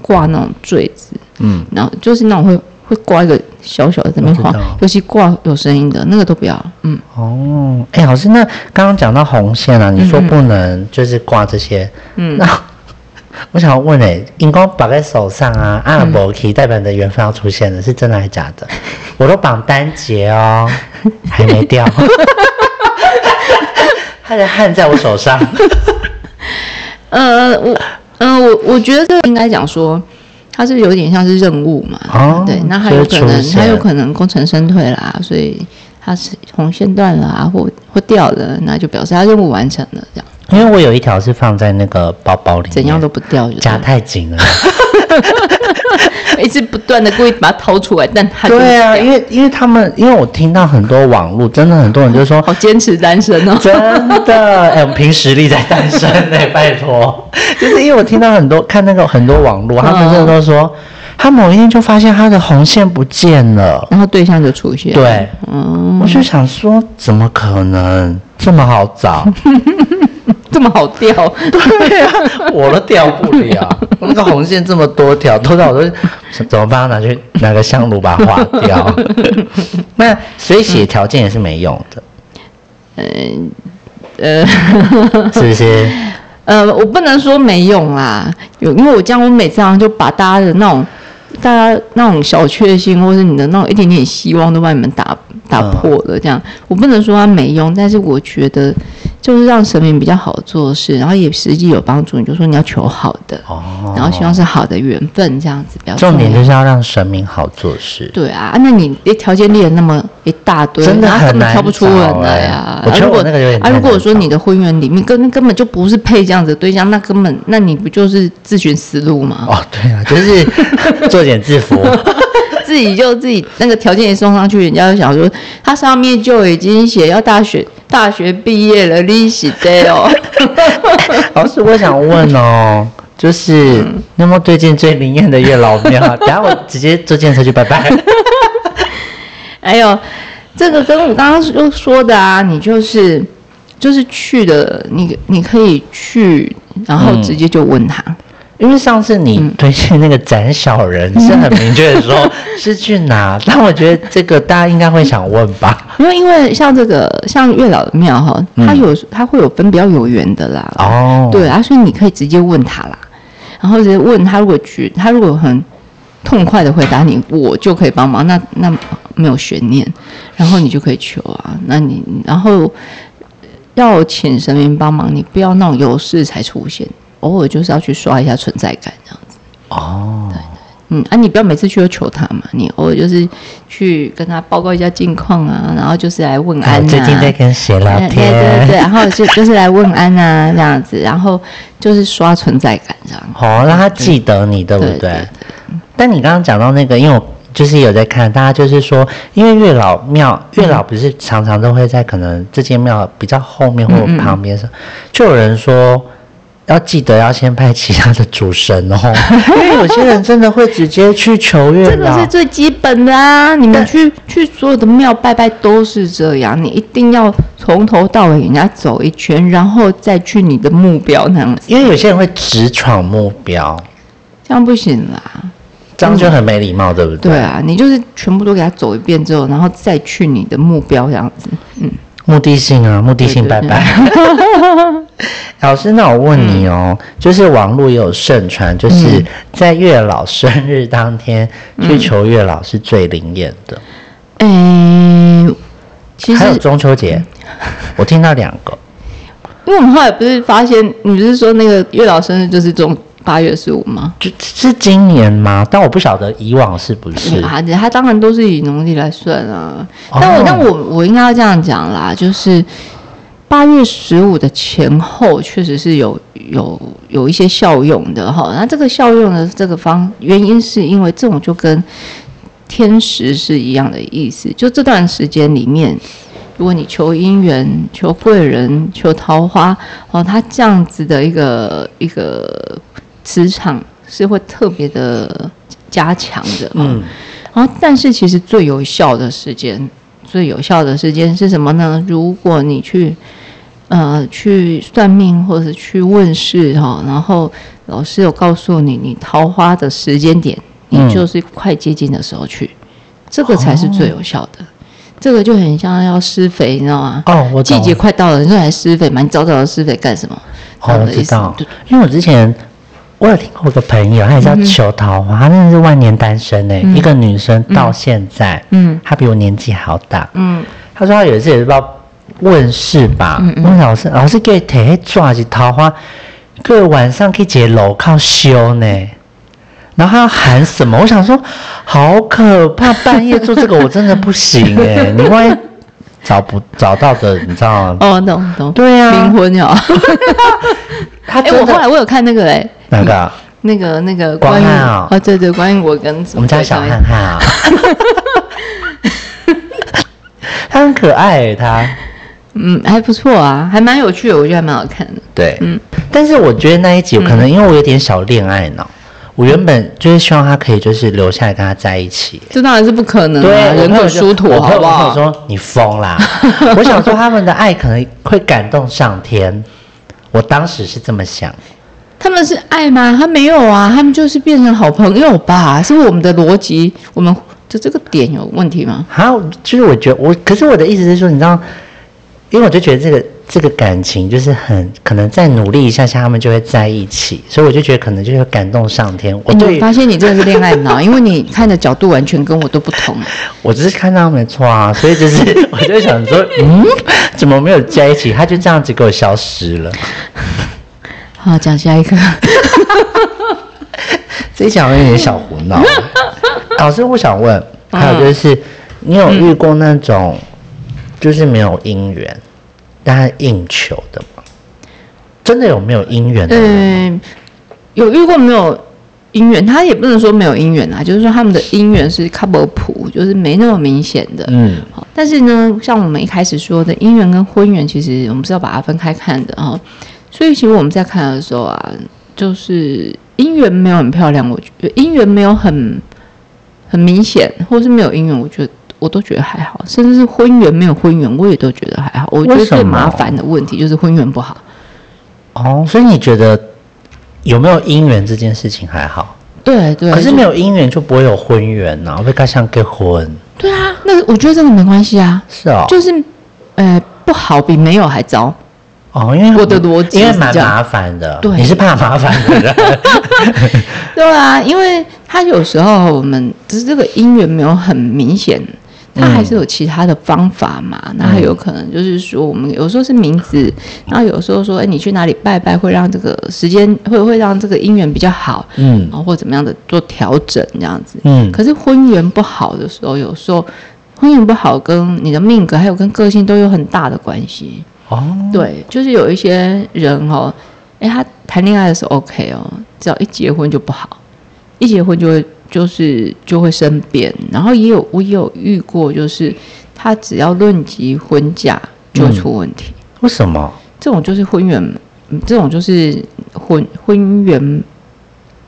[SPEAKER 1] 挂那种坠子，
[SPEAKER 2] 嗯，
[SPEAKER 1] 然后就是那种会会挂一个小小的在那边
[SPEAKER 2] 我知
[SPEAKER 1] 晃
[SPEAKER 2] 道，
[SPEAKER 1] 尤其挂有声音的那个都不要，嗯。
[SPEAKER 2] 哦，哎、老师，那刚刚讲到红线啊，你说不能就是挂这些，
[SPEAKER 1] 嗯
[SPEAKER 2] 那我想问哎、荧光绑在手上啊，
[SPEAKER 1] 嗯
[SPEAKER 2] 按了 b o k 代表你的缘分要出现了，是真的还是假的？我都绑单节哦，还没掉， 他的汗在我手上，
[SPEAKER 1] 呃，我，呃，我我觉得这个应该讲说，它是有点像是任务嘛，
[SPEAKER 2] 哦
[SPEAKER 1] 对，那它有可能
[SPEAKER 2] 就是出现
[SPEAKER 1] 它有可能功成身退啦，所以它是红线断了啊，或或掉了，那就表示它任务完成了，这样
[SPEAKER 2] 因为我有一条是放在那个包包里面，
[SPEAKER 1] 怎样都不掉就对
[SPEAKER 2] 夹
[SPEAKER 1] 了，
[SPEAKER 2] 太紧了。
[SPEAKER 1] 一直不断的故意把它掏出来，但它就是
[SPEAKER 2] 对啊，
[SPEAKER 1] 掉
[SPEAKER 2] 因为因为他们，因为我听到很多网络，真的很多人就说，
[SPEAKER 1] 好坚持单身哦，
[SPEAKER 2] 真的， 哎、我们凭实力在单身呢、拜托。就是因为我听到很多看那个很多网络，他们真的都说，
[SPEAKER 1] 嗯
[SPEAKER 2] 他某一天就发现他的红线不见了。
[SPEAKER 1] 然后对象就出现，
[SPEAKER 2] 对，
[SPEAKER 1] 嗯，
[SPEAKER 2] 我就想说，怎么可能这么好 找？
[SPEAKER 1] 这么好掉，
[SPEAKER 2] 对呀、我都掉不了。那个红线这么多条，多到我都怎么办？拿去拿个香炉把它划掉。 那所以写条件也是没用的，
[SPEAKER 1] 嗯呃。
[SPEAKER 2] 是不是？
[SPEAKER 1] 呃，我不能说没用啦，有因为我这样，我每次好像就把大家的那种、大家那种小确幸，或是你的那种一点点希望，都把你们打打破了。这样，我不能说它没用，但是我觉得就是让神明比较好做事，然后也实际有帮助。你就说你要求好的，
[SPEAKER 2] 哦，
[SPEAKER 1] 然后希望是好的缘分，这样子比较
[SPEAKER 2] 重点
[SPEAKER 1] 要
[SPEAKER 2] 就是要让神明好做事。
[SPEAKER 1] 对啊，啊那你你条件列了那么一大堆，
[SPEAKER 2] 真的
[SPEAKER 1] 然后根本
[SPEAKER 2] 很难
[SPEAKER 1] 挑不出人来呀、啊
[SPEAKER 2] 找欸。我觉得
[SPEAKER 1] 如果
[SPEAKER 2] 我那个有点
[SPEAKER 1] 啊，
[SPEAKER 2] 太
[SPEAKER 1] 如果
[SPEAKER 2] 难
[SPEAKER 1] 说
[SPEAKER 2] 找
[SPEAKER 1] 你的婚缘里面根根本就不是配这样子的对象，那根本那你不就是自寻死路吗？
[SPEAKER 2] 哦，对啊，就是 做点制服，
[SPEAKER 1] 自己就自己那个条件一送上去，人家就想说他上面就已经写要大学大学毕业了，利息得 哦。
[SPEAKER 2] 老师，我想问哦，就是、你有没有最近最灵验的月老庙 啊？等下我直接坐电车去拜拜。
[SPEAKER 1] 还有哎这个跟我刚刚就说的啊，你就是就是去的，你你可以去，然后
[SPEAKER 2] 嗯
[SPEAKER 1] 直接就问他。
[SPEAKER 2] 因因为上次你推荐那个斩小人、是很明确的 说是去哪，但我觉得这个大家应该会想问吧？
[SPEAKER 1] 因为因为像这个像月老的庙哈，它有它会有分比较有缘的啦，
[SPEAKER 2] 嗯哦，
[SPEAKER 1] 对啊，所以你可以直接问他啦，然后直接问他，如果去他如果很痛快的回答你，我就可以帮忙，那那没有悬念，然后你就可以求啊，那你然后要请神明帮忙，你不要那种有事才出现，偶尔就是要去刷一下存在感这样子，
[SPEAKER 2] 哦，
[SPEAKER 1] 嗯啊，你不要每次去都求他嘛，你偶尔就是去跟他报告一下近况啊，然后就是来问安、啊
[SPEAKER 2] 我最近在跟谁聊
[SPEAKER 1] 对
[SPEAKER 2] 天？
[SPEAKER 1] 哎对对对，然后就就是来问安啊这样子，然后就是刷存在感这样。
[SPEAKER 2] 哦，让他记得你，对不
[SPEAKER 1] 对对
[SPEAKER 2] 但你刚刚讲到那个，因为我就是有在看，大家就是说，因为月老庙，月老不是常常都会在可能这间庙比较后面或
[SPEAKER 1] 嗯
[SPEAKER 2] 旁边上，就有人说。要记得要先拜其他的主神 哦，因为有些人真的会直接去求月
[SPEAKER 1] 这个
[SPEAKER 2] 老
[SPEAKER 1] 是，最基本的啊！你们去去所有的庙拜拜都是这样，你一定要从头到尾给人家走一圈，然后再去你的目标那样子，
[SPEAKER 2] 因为有些人会直闯目标，
[SPEAKER 1] 这样不行啦。
[SPEAKER 2] 这样就很没礼貌，对不对？
[SPEAKER 1] 对啊，你就是全部都给他走一遍之后，然后再去你的目标这样子。嗯，
[SPEAKER 2] 目的性啊，目的性拜
[SPEAKER 1] 对对嗯
[SPEAKER 2] 拜。 老师，那我问你哦，就是网络也有盛传，就是在月老生日当天、去求月老是最灵验的，
[SPEAKER 1] 诶、其实
[SPEAKER 2] 嗯还有中秋节，
[SPEAKER 1] 嗯
[SPEAKER 2] 我听到两个。
[SPEAKER 1] 因为我们后来不是发现，你不是说那个月老生日就是中八月十五吗？
[SPEAKER 2] 就是今年吗？但我不晓得以往是不是。
[SPEAKER 1] 啊，对他当然都是以农历来算啊。
[SPEAKER 2] 哦
[SPEAKER 1] 但我但我我应该要这样讲啦，就是八月十五的前后，确实是有有有一些效用的哈。那这个效用的这个方原因，是因为这种就跟天时是一样的意思，就这段时间里面。如果你求姻缘、求贵人、求桃花，哦，它这样子的一个一个磁场是会特别的加强的。嗯，然后但是其实最有效的时间，最有效的时间是什么呢？如果你去呃去算命或者去问事哈、然后老师有告诉你你桃花的时间点，
[SPEAKER 2] 嗯
[SPEAKER 1] 你就是快接近的时候去，这个才是最有效的。这个就很像要施肥，你知道吗？
[SPEAKER 2] 哦我懂
[SPEAKER 1] 季节快到了，你说还施肥嘛？你早早的施肥干什么？这
[SPEAKER 2] 哦，
[SPEAKER 1] 样
[SPEAKER 2] 我
[SPEAKER 1] 的意
[SPEAKER 2] 知
[SPEAKER 1] 思
[SPEAKER 2] 道
[SPEAKER 1] 对，
[SPEAKER 2] 因为我之前我有听过我的朋友，她也叫求桃花，她真的是万年单身呢、一个女生到现在，
[SPEAKER 1] 嗯
[SPEAKER 2] 她比我年纪好大，
[SPEAKER 1] 嗯，
[SPEAKER 2] 他说他有一次也是不知道问世吧，问老师，老师给摕迄纸是桃花，个晚上去一个楼靠修呢。然后他要喊什么？我想说，好可怕！半夜做这个我真的不行哎、 你万一找不找到的，你知道吗？
[SPEAKER 1] 哦，懂懂，
[SPEAKER 2] 对啊
[SPEAKER 1] 冥婚 哦。
[SPEAKER 2] 他
[SPEAKER 1] 哎、
[SPEAKER 2] 真
[SPEAKER 1] 我
[SPEAKER 2] 的、
[SPEAKER 1] 后来我有看那个哎、
[SPEAKER 2] 哪个啊？
[SPEAKER 1] 那个那个
[SPEAKER 2] 广
[SPEAKER 1] 关于
[SPEAKER 2] 汉啊
[SPEAKER 1] 哦，对对，关于我跟
[SPEAKER 2] 我们家小汉，汉啊，他很可爱、欸，他
[SPEAKER 1] 嗯，还不错啊，还蛮有趣的，我觉得还蛮好看的。
[SPEAKER 2] 对，嗯，但是我觉得那一集
[SPEAKER 1] 嗯
[SPEAKER 2] 可能因为我有点小恋爱脑，我原本就是希望他可以就是留下来跟他在一起。
[SPEAKER 1] 这当然是不可能、啊，
[SPEAKER 2] 我
[SPEAKER 1] 人
[SPEAKER 2] 朋友
[SPEAKER 1] 口
[SPEAKER 2] 就
[SPEAKER 1] 殊
[SPEAKER 2] 我
[SPEAKER 1] 途，
[SPEAKER 2] 朋
[SPEAKER 1] 好
[SPEAKER 2] 友
[SPEAKER 1] 不
[SPEAKER 2] 跟我
[SPEAKER 1] 好？
[SPEAKER 2] 说你疯啦！ 我想说他们的爱可能会感动上天，我当时是这么想。
[SPEAKER 1] 他们是爱吗？他没有啊，他们就是变成好朋友吧？是不是我们的逻辑，我们的这个点有问题吗？
[SPEAKER 2] 还有就是我觉得我，可是我的意思是说，你知道，因为我就觉得这个这个感情就是很可能再努力一下下，他们就会在一起，所以我就觉得可能就是感动上天。我
[SPEAKER 1] 哎
[SPEAKER 2] 对
[SPEAKER 1] 我发现你真的是恋爱脑，因为你看的角度完全跟我都不 同。
[SPEAKER 2] 我只是看到没错啊，所以就是 我就想说，嗯，怎么没有在一起？他就这样子给我消失了。
[SPEAKER 1] 好，讲下一个。
[SPEAKER 2] 这一讲有点小胡 闹。老师，我想问，还有就是，你有遇过那种、就是没有姻缘，但他硬求的吗？真的有没有姻缘的人？
[SPEAKER 1] 嗯，有遇过没有姻缘？他也不能说没有姻缘啊，就是说他们的姻缘是 couple 谱，就是没那么明显的。
[SPEAKER 2] 嗯，
[SPEAKER 1] 好，但是呢，像我们一开始说的，姻缘跟婚缘，其实我们是要把它分开看的哈、哦。所以其实我们在看的时候啊，就是姻缘没有很漂亮，我觉得姻缘没有很很明显，或是没有姻缘，我觉得。我都觉得还好，甚至是婚缘没有婚缘，我也都觉得还好。我觉
[SPEAKER 2] 为
[SPEAKER 1] 得
[SPEAKER 2] 什
[SPEAKER 1] 最
[SPEAKER 2] 么
[SPEAKER 1] 麻烦的问题就是婚缘不好。
[SPEAKER 2] 哦，所以你觉得有没有姻缘这件事情还好，
[SPEAKER 1] 对对，
[SPEAKER 2] 可是
[SPEAKER 1] 就
[SPEAKER 2] 没有姻缘就不会有婚缘呐、啊，会跟上结婚。
[SPEAKER 1] 对啊，那我觉得这个没关系啊，
[SPEAKER 2] 是哦，
[SPEAKER 1] 就是，呃，不好比没有还糟。
[SPEAKER 2] 哦，因为
[SPEAKER 1] 我的逻辑
[SPEAKER 2] 因为
[SPEAKER 1] 是
[SPEAKER 2] 蛮
[SPEAKER 1] 这样
[SPEAKER 2] 麻烦的，
[SPEAKER 1] 对
[SPEAKER 2] 你是怕麻烦 的人，
[SPEAKER 1] 对啊，因为他有时候我们只是这个姻缘没有很明显，他还是有其他的方法嘛。
[SPEAKER 2] 嗯
[SPEAKER 1] 那还有可能就是说，我们有时候是名字，然后有时候说，哎，你去哪里拜拜会让这个时间会会让这个姻缘比较好，
[SPEAKER 2] 嗯
[SPEAKER 1] 然后或怎么样的做调整这样子。
[SPEAKER 2] 嗯，
[SPEAKER 1] 可是婚缘不好的时候，有时候婚缘不好跟你的命格还有跟个性都有很大的关系。
[SPEAKER 3] 嗯
[SPEAKER 2] 哦，
[SPEAKER 1] 对，就是有一些人哦，哎，他谈恋爱的时候 OK 哦，只要一结婚就不好，一结婚就会就是就会生变。然后也有我也有遇过，就是他只要论及婚嫁就会出问题，
[SPEAKER 2] 为什么？
[SPEAKER 1] 这种就是婚缘，嗯这种就是婚婚缘，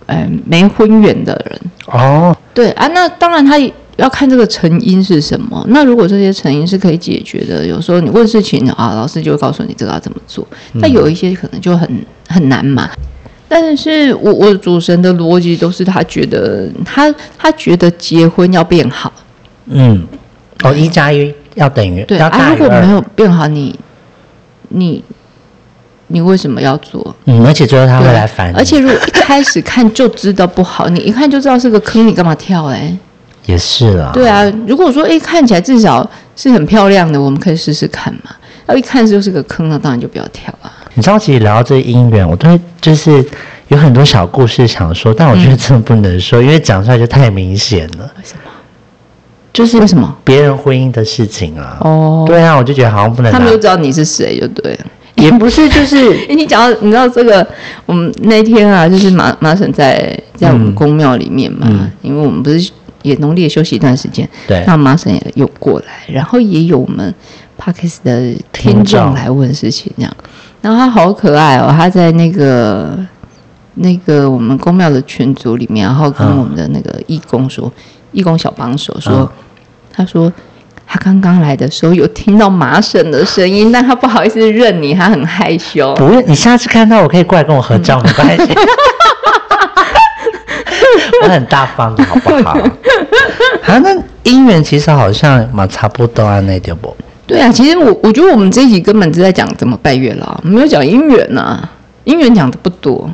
[SPEAKER 1] 嗯、没婚缘的人。
[SPEAKER 2] 哦，
[SPEAKER 1] 对啊，那当然他也要看这个成因是什么。那如果这些成因是可以解决的，有时候你问事情啊，老师就会告诉你这个要怎么做。
[SPEAKER 2] 嗯
[SPEAKER 1] 那有一些可能就很很难嘛。但是我我主神的逻辑都是他觉得他他觉得结婚要变好，
[SPEAKER 2] 嗯，哦，一加一要等于
[SPEAKER 1] 对
[SPEAKER 2] 要
[SPEAKER 1] 啊，
[SPEAKER 2] 大
[SPEAKER 1] 如
[SPEAKER 2] 于
[SPEAKER 1] 果没
[SPEAKER 2] 二，
[SPEAKER 1] 有变好，你你你为什么要做？
[SPEAKER 2] 嗯，而且最后他会
[SPEAKER 1] 对
[SPEAKER 2] 来烦你，
[SPEAKER 1] 而且如果一开始看就知道不好，你一看就知道是个坑，你干嘛跳哎嘞？
[SPEAKER 2] 也是啦，
[SPEAKER 1] 对啊，如果说哎、诶看起来至少是很漂亮的，我们可以试试看嘛。要一看就是个坑，那当然就不要跳啊。
[SPEAKER 2] 你知道，其实聊到这姻缘，我都会就是有很多小故事想说，但我觉
[SPEAKER 1] 嗯
[SPEAKER 2] 得真的不能说，因为讲出来就太明显了，
[SPEAKER 1] 为什么？
[SPEAKER 2] 就是
[SPEAKER 1] 为什么？
[SPEAKER 2] 别人婚姻的事情啊。
[SPEAKER 1] 哦，
[SPEAKER 2] 对啊，我就觉得好像不能
[SPEAKER 1] 他们
[SPEAKER 2] 拿
[SPEAKER 1] 就，知道你是谁就对了。
[SPEAKER 2] 也不是就是
[SPEAKER 1] 诶你讲到你知道这个，我们那天啊，就是马马婶在在我们宫庙里面嘛，因为我们不是也农历也休息一段时间，
[SPEAKER 2] 对
[SPEAKER 1] 那马婶也有过来，然后也有我们 p a r k e s 的听
[SPEAKER 2] 听众
[SPEAKER 1] 众来问事情这样，然后他好可爱哦，他在那个那个我们宫庙的群组里面，然后跟
[SPEAKER 2] 嗯
[SPEAKER 1] 我们的那个义工说，义工小帮手说，
[SPEAKER 2] 嗯
[SPEAKER 1] 他说。他刚刚来的时候有听到麻绳的声音，但他不好意思认你，他很害羞。
[SPEAKER 2] 不用。你下次看到我可以过来跟我合照，没关系。我很大方的好不好？啊，那姻缘其实好像嘛差不多啊，那对不？
[SPEAKER 1] 对啊，其实我我觉得我们这一集根本是在讲怎么拜月老，没有讲姻缘呐，姻缘讲的不多。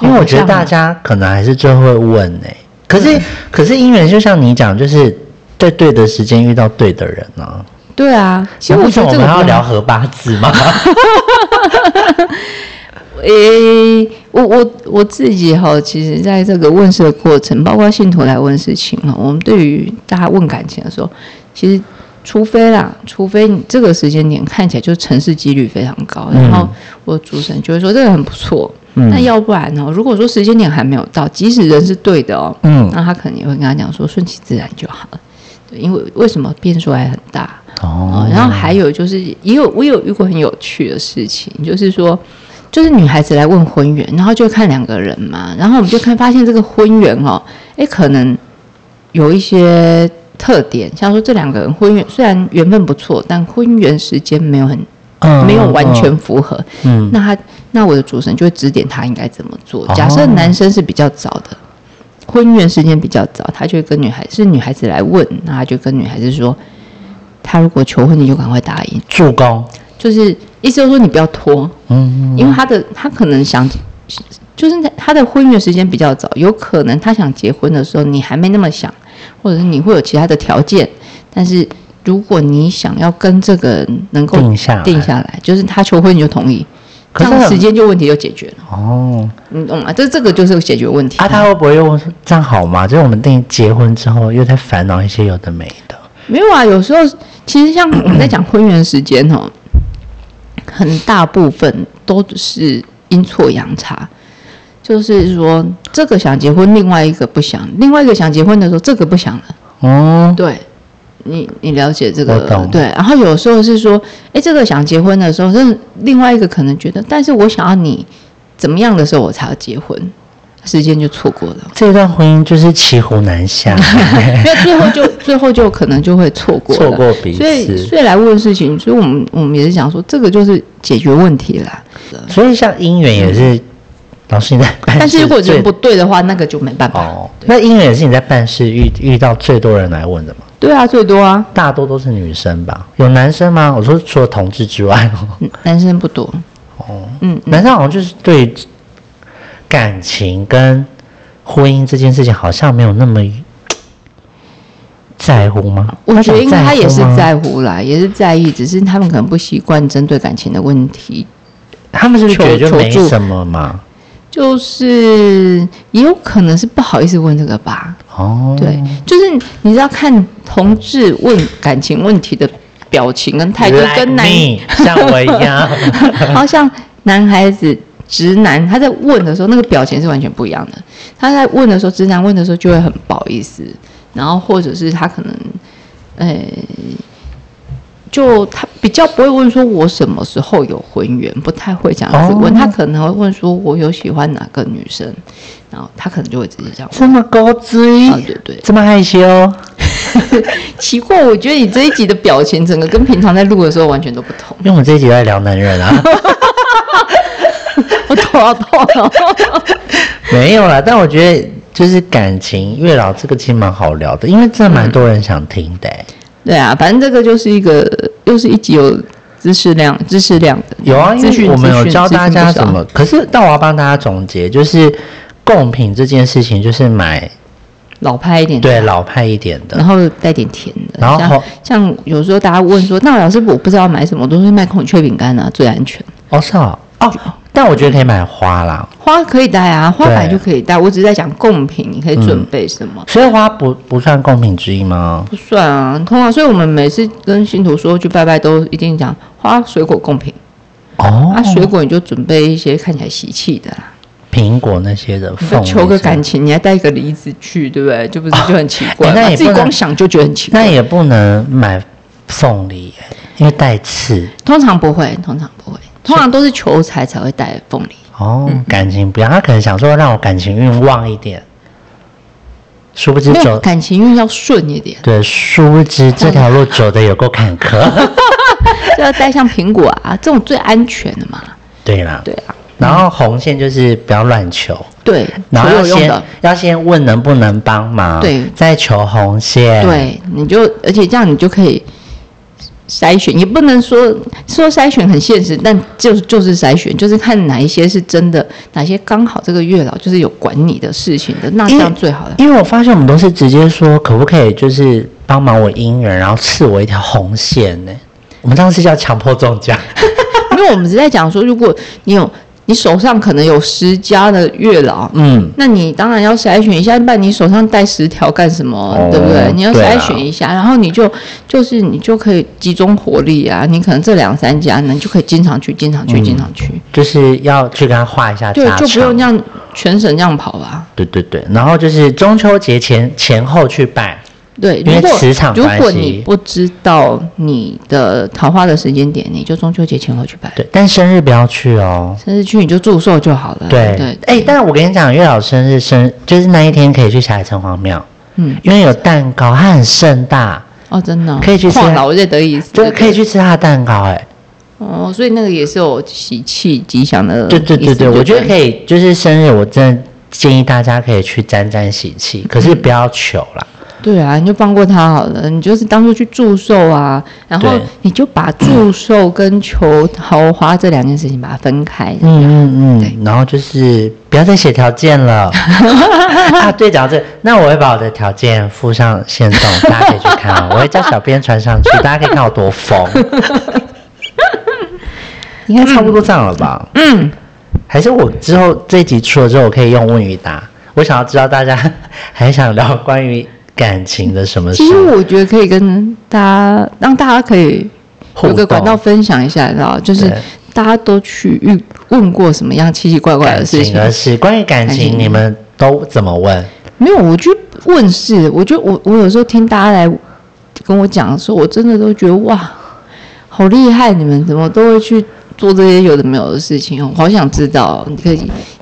[SPEAKER 2] 因为我觉得
[SPEAKER 1] 好像
[SPEAKER 2] 大家可能还是最后会问呢、可
[SPEAKER 1] 嗯
[SPEAKER 2] 是、可是姻缘就像你讲，就是对对的时间遇到对的人啊。
[SPEAKER 1] 对啊，其实
[SPEAKER 2] 那
[SPEAKER 1] 我
[SPEAKER 2] 为什
[SPEAKER 1] 觉
[SPEAKER 2] 么
[SPEAKER 1] 得这
[SPEAKER 2] 我们
[SPEAKER 1] 个
[SPEAKER 2] 还要
[SPEAKER 1] 不
[SPEAKER 2] 聊
[SPEAKER 1] 用，
[SPEAKER 2] 合八字吗？
[SPEAKER 1] 诶、我我我自己哈，其实在这个问事的过程，包括信徒来问事情哈，我们对于大家问感情的时候，其实除非啦，除非你这个时间点看起来就城市几率非常高，
[SPEAKER 2] 嗯
[SPEAKER 1] 然后我主神就会说这个很不错。
[SPEAKER 2] 嗯
[SPEAKER 1] 那要不然呢？如果说时间点还没有到，即使人是对的哦，
[SPEAKER 2] 嗯
[SPEAKER 1] 那他可能也会跟他讲说顺其自然就好了，对，因为为什么变数还很大哦
[SPEAKER 2] 哦，
[SPEAKER 1] 然后还有就是，也有我有遇过很有趣的事情，就是说，就是女孩子来问婚缘，然后就看两个人嘛，然后我们就看发现这个婚缘哦，诶，可能有一些特点，像说这两个人婚缘虽然缘分不错，但婚缘时间没有很
[SPEAKER 2] 嗯
[SPEAKER 1] 没有完全符合，
[SPEAKER 2] 嗯哦
[SPEAKER 1] 那他那我的主持人就会指点他应该怎么做。假设男生是比较早的，婚约时间比较早，他就会跟女孩是女孩子来问，那他就跟女孩子说，他如果求婚你就赶快答应，
[SPEAKER 2] 嗯助攻，
[SPEAKER 1] 就是意思就是说你不要拖，
[SPEAKER 2] 嗯，
[SPEAKER 1] 因为他的他可能想。就是他的婚约时间比较早，有可能他想结婚的时候你还没那么想，或者是你会有其他的条件，但是如果你想要跟这个人能够
[SPEAKER 2] 定下来
[SPEAKER 1] 定下来，就是他求婚你就同意，
[SPEAKER 2] 可
[SPEAKER 1] 这
[SPEAKER 2] 是
[SPEAKER 1] 样
[SPEAKER 2] 很
[SPEAKER 1] 时间就问题就解决了，
[SPEAKER 2] 哦，
[SPEAKER 1] 你懂吗？这这个就是解决问题。
[SPEAKER 2] 啊，他会不会又问说这样好吗？就是我们定结婚之后又在烦恼一些有的没的，
[SPEAKER 1] 没有啊，有时候其实像我们在讲婚缘时间哦，很大部分都是阴错阳差，就是说这个想结婚，另外一个不想，另外一个想结婚的时候，这个不想了。
[SPEAKER 2] 嗯，
[SPEAKER 1] 对，你你了解这
[SPEAKER 2] 我
[SPEAKER 1] 个
[SPEAKER 2] 懂
[SPEAKER 1] 对，然后有时候是说，哎，这个想结婚的时候，但另外一个可能觉得，但是我想要你怎么样的时候我才要结婚，时间就错过了。
[SPEAKER 2] 这段婚姻就是骑虎 难下，
[SPEAKER 1] 因为最后就最后就可能就会错过了
[SPEAKER 2] 错过彼此
[SPEAKER 1] 所以所以来问事情，所以我们我们也是讲说，这个就是解决问题啦。
[SPEAKER 2] 所以像姻缘也是。
[SPEAKER 3] 老师你在办事最，
[SPEAKER 1] 但是如果人不对的话，那个就没办法。
[SPEAKER 3] 哦，那姻缘也是你在办事遇遇到最多人来问的吗？
[SPEAKER 1] 对啊，最多啊，
[SPEAKER 3] 大多都是女生吧？有男生吗？我说除了同志之外，
[SPEAKER 1] 嗯男生不多。
[SPEAKER 3] 哦，
[SPEAKER 1] 嗯，
[SPEAKER 3] 男生好像就是对感情跟婚姻这件事情好像没有那么在乎吗？
[SPEAKER 1] 我觉得应该他也是
[SPEAKER 3] 想在
[SPEAKER 1] 在乎啦，也是在意，只是他们可能不习惯针对感情的问题。
[SPEAKER 3] 乎吗，他们是不是觉得
[SPEAKER 1] 求
[SPEAKER 3] 就没
[SPEAKER 1] 求助
[SPEAKER 3] 什么嘛？
[SPEAKER 1] 就是也有可能是不好意思问这个吧，
[SPEAKER 3] 哦，
[SPEAKER 1] 对，就是你知道看同志问感情问题的表情跟态度，跟男，
[SPEAKER 3] 你像我一样，
[SPEAKER 1] 然后像男孩子直男他在问的时候，那个表情是完全不一样的。他在问的时候，直男问的时候就会很不好意思，然后或者是他可能，呃，就他比较不会问说我什么时候有婚缘，不太会这样子问。
[SPEAKER 3] 哦
[SPEAKER 1] 他可能会问说我有喜欢哪个女生，然后他可能就会直接这样问。
[SPEAKER 3] 这么高追，
[SPEAKER 1] 啊，对对，
[SPEAKER 3] 这么害羞，
[SPEAKER 1] 奇怪，我觉得你这一集的表情，整个跟平常在录的时候完全都不同。
[SPEAKER 3] 因为我们这一集在聊男人啊，
[SPEAKER 1] 我头好痛哦。
[SPEAKER 3] 没有啦。但我觉得就是感情月老这个其实蛮好聊的，因为真的蛮多人想听的欸、
[SPEAKER 1] 对啊，反正这个就是一个，又是一集有知识量、知识量的。
[SPEAKER 3] 有啊，因
[SPEAKER 1] 资讯
[SPEAKER 3] 为我们
[SPEAKER 1] 资
[SPEAKER 3] 有
[SPEAKER 1] 讯
[SPEAKER 3] 教
[SPEAKER 1] 资讯
[SPEAKER 3] 大家
[SPEAKER 1] 不少
[SPEAKER 3] 怎么，可是但我要帮大家总结，就是贡品这件事情，就是买
[SPEAKER 1] 老派一点，
[SPEAKER 3] 对，老派一点的
[SPEAKER 1] 然后带点甜的。
[SPEAKER 3] 然后
[SPEAKER 1] 像像有时候大家问说，那老师我不知道买什么，我都是卖孔雀饼干啊，最安全。
[SPEAKER 3] 哦，是哦，哦，但我觉得可以买花啦，
[SPEAKER 1] 花可以带啊，花
[SPEAKER 3] 对
[SPEAKER 1] 牌就可以带。我只是在讲贡品，你可以准备什么。
[SPEAKER 3] 所以花不不算贡品之一吗？
[SPEAKER 1] 不算啊，通常，所以我们每次跟信徒说去拜拜，都一定讲花、水果、贡品。
[SPEAKER 3] 哦
[SPEAKER 1] 啊，，水果你就准备一些看起来喜气的啦，
[SPEAKER 3] 苹果那些的，
[SPEAKER 1] 你
[SPEAKER 3] 凤
[SPEAKER 1] 就
[SPEAKER 3] 梨
[SPEAKER 1] 求个
[SPEAKER 3] 什么
[SPEAKER 1] 感情，你还带一个梨子去，对不对？就不是就很奇怪
[SPEAKER 3] 哎
[SPEAKER 1] 吗？
[SPEAKER 3] 那也
[SPEAKER 1] 自己
[SPEAKER 3] 不能
[SPEAKER 1] 光想就觉得很奇
[SPEAKER 3] 那
[SPEAKER 1] 怪。
[SPEAKER 3] 也不能买凤梨耶，因为带刺
[SPEAKER 1] 通常不会，通常不会，通常都是求财才会带凤梨。
[SPEAKER 3] 哦。
[SPEAKER 1] 嗯
[SPEAKER 3] 感情不要，他可能想说让我感情运旺一点，殊不知
[SPEAKER 1] 没有
[SPEAKER 3] 走
[SPEAKER 1] 感情运要顺一点，
[SPEAKER 3] 对，殊不知这条路走的有够坎 坷。
[SPEAKER 1] 就要带像苹果啊，这种最安全的嘛。
[SPEAKER 3] 对啦，
[SPEAKER 1] 对啊，
[SPEAKER 3] 然后红线就是不要乱求，
[SPEAKER 1] 对，
[SPEAKER 3] 然后
[SPEAKER 1] 所
[SPEAKER 3] 要
[SPEAKER 1] 有用
[SPEAKER 3] 先
[SPEAKER 1] 的。
[SPEAKER 3] 要先问能不能帮忙，
[SPEAKER 1] 对
[SPEAKER 3] 再求红线，，
[SPEAKER 1] 对，你就而且这样你就可以筛选，也不能说说筛选很现实，但就是就是筛选，就是看哪一些是真的，哪些刚好这个月老就是有管你的事情的，那这
[SPEAKER 3] 因为
[SPEAKER 1] 样最好了。
[SPEAKER 3] 因为我发现我们都是直接说可不可以就是帮忙我姻缘，然后赐我一条红线呢？我们当时叫强迫中奖，
[SPEAKER 1] 因为我们是在讲说，如果你有你手上可能有十家的月老，
[SPEAKER 3] 嗯，
[SPEAKER 1] 那你当然要筛选一下，不然你手上带十条干什么？
[SPEAKER 3] 哦
[SPEAKER 1] 对不对？你要
[SPEAKER 3] 对啊
[SPEAKER 1] 筛选一下，然后你就就是你就可以集中火力啊，你可能这两三家呢，你就可以经常去，经常
[SPEAKER 3] 嗯
[SPEAKER 1] 去，经常去。
[SPEAKER 3] 就是要去跟他画一下
[SPEAKER 1] 对，
[SPEAKER 3] 家
[SPEAKER 1] 就不用
[SPEAKER 3] 常
[SPEAKER 1] 这样全省这样跑吧。
[SPEAKER 3] 对对对，然后就是中秋节前前后去拜，
[SPEAKER 1] 对，
[SPEAKER 3] 因为
[SPEAKER 1] 如果
[SPEAKER 3] 磁场
[SPEAKER 1] 如
[SPEAKER 3] 关
[SPEAKER 1] 果
[SPEAKER 3] 系
[SPEAKER 1] 你不知道你的桃花的时间点，你就中秋节前后去拜，
[SPEAKER 3] 对，但生日不要去哦。
[SPEAKER 1] 生日去你就祝寿就好了。
[SPEAKER 3] 对
[SPEAKER 1] 嗯对，
[SPEAKER 3] 哎、但我跟你讲，月老生日生就是那一天可以去霞海城隍庙，
[SPEAKER 1] 嗯，
[SPEAKER 3] 因为有蛋糕，它很盛大，
[SPEAKER 1] 哦，真的哦
[SPEAKER 3] 可以去吃
[SPEAKER 1] 晃老瑞的意思，
[SPEAKER 3] 就是可以去吃它的蛋糕、哎，
[SPEAKER 1] 哦，所以那个也是有喜气吉祥嗯的意思。
[SPEAKER 3] 对对对对，我觉得
[SPEAKER 1] 以。
[SPEAKER 3] 可以，就是生日我真的建议大家可以去沾沾喜气，可是不要求啦。
[SPEAKER 1] 对啊，你就放过他好了，你就是当做去祝寿啊，然后
[SPEAKER 3] 对
[SPEAKER 1] 你就把祝寿跟求桃花这两件事情把它分开。
[SPEAKER 3] 嗯嗯嗯，然后就是不要再写条件 了啊！对，讲到这，那我会把我的条件附上线动，大家可以去看哦。我会叫小编传上去，大家可以看我多疯。 应该差不多这样了吧？
[SPEAKER 1] 嗯，
[SPEAKER 3] 还是我之后这一集出了之后，我可以用问与答。我想要知道大家 还想聊关于感情的什么事
[SPEAKER 1] 其，实我觉得可以跟大家，让大家可以
[SPEAKER 3] 互
[SPEAKER 1] 有个
[SPEAKER 3] 动
[SPEAKER 1] 管道分享一下，然后就是
[SPEAKER 3] 对
[SPEAKER 1] 大家都去遇问过什么样奇奇怪怪
[SPEAKER 3] 感
[SPEAKER 1] 的事情。
[SPEAKER 3] 情啊的事，关于感
[SPEAKER 1] 感
[SPEAKER 3] 情
[SPEAKER 1] 情
[SPEAKER 3] 你们都怎么问？
[SPEAKER 1] 没有，我就问是，我就我我有时候听大家来跟我讲的时候，我真的都觉得哇，好厉害！你们怎么都会去做这些有的没有的事情哦，我好想知道，你可以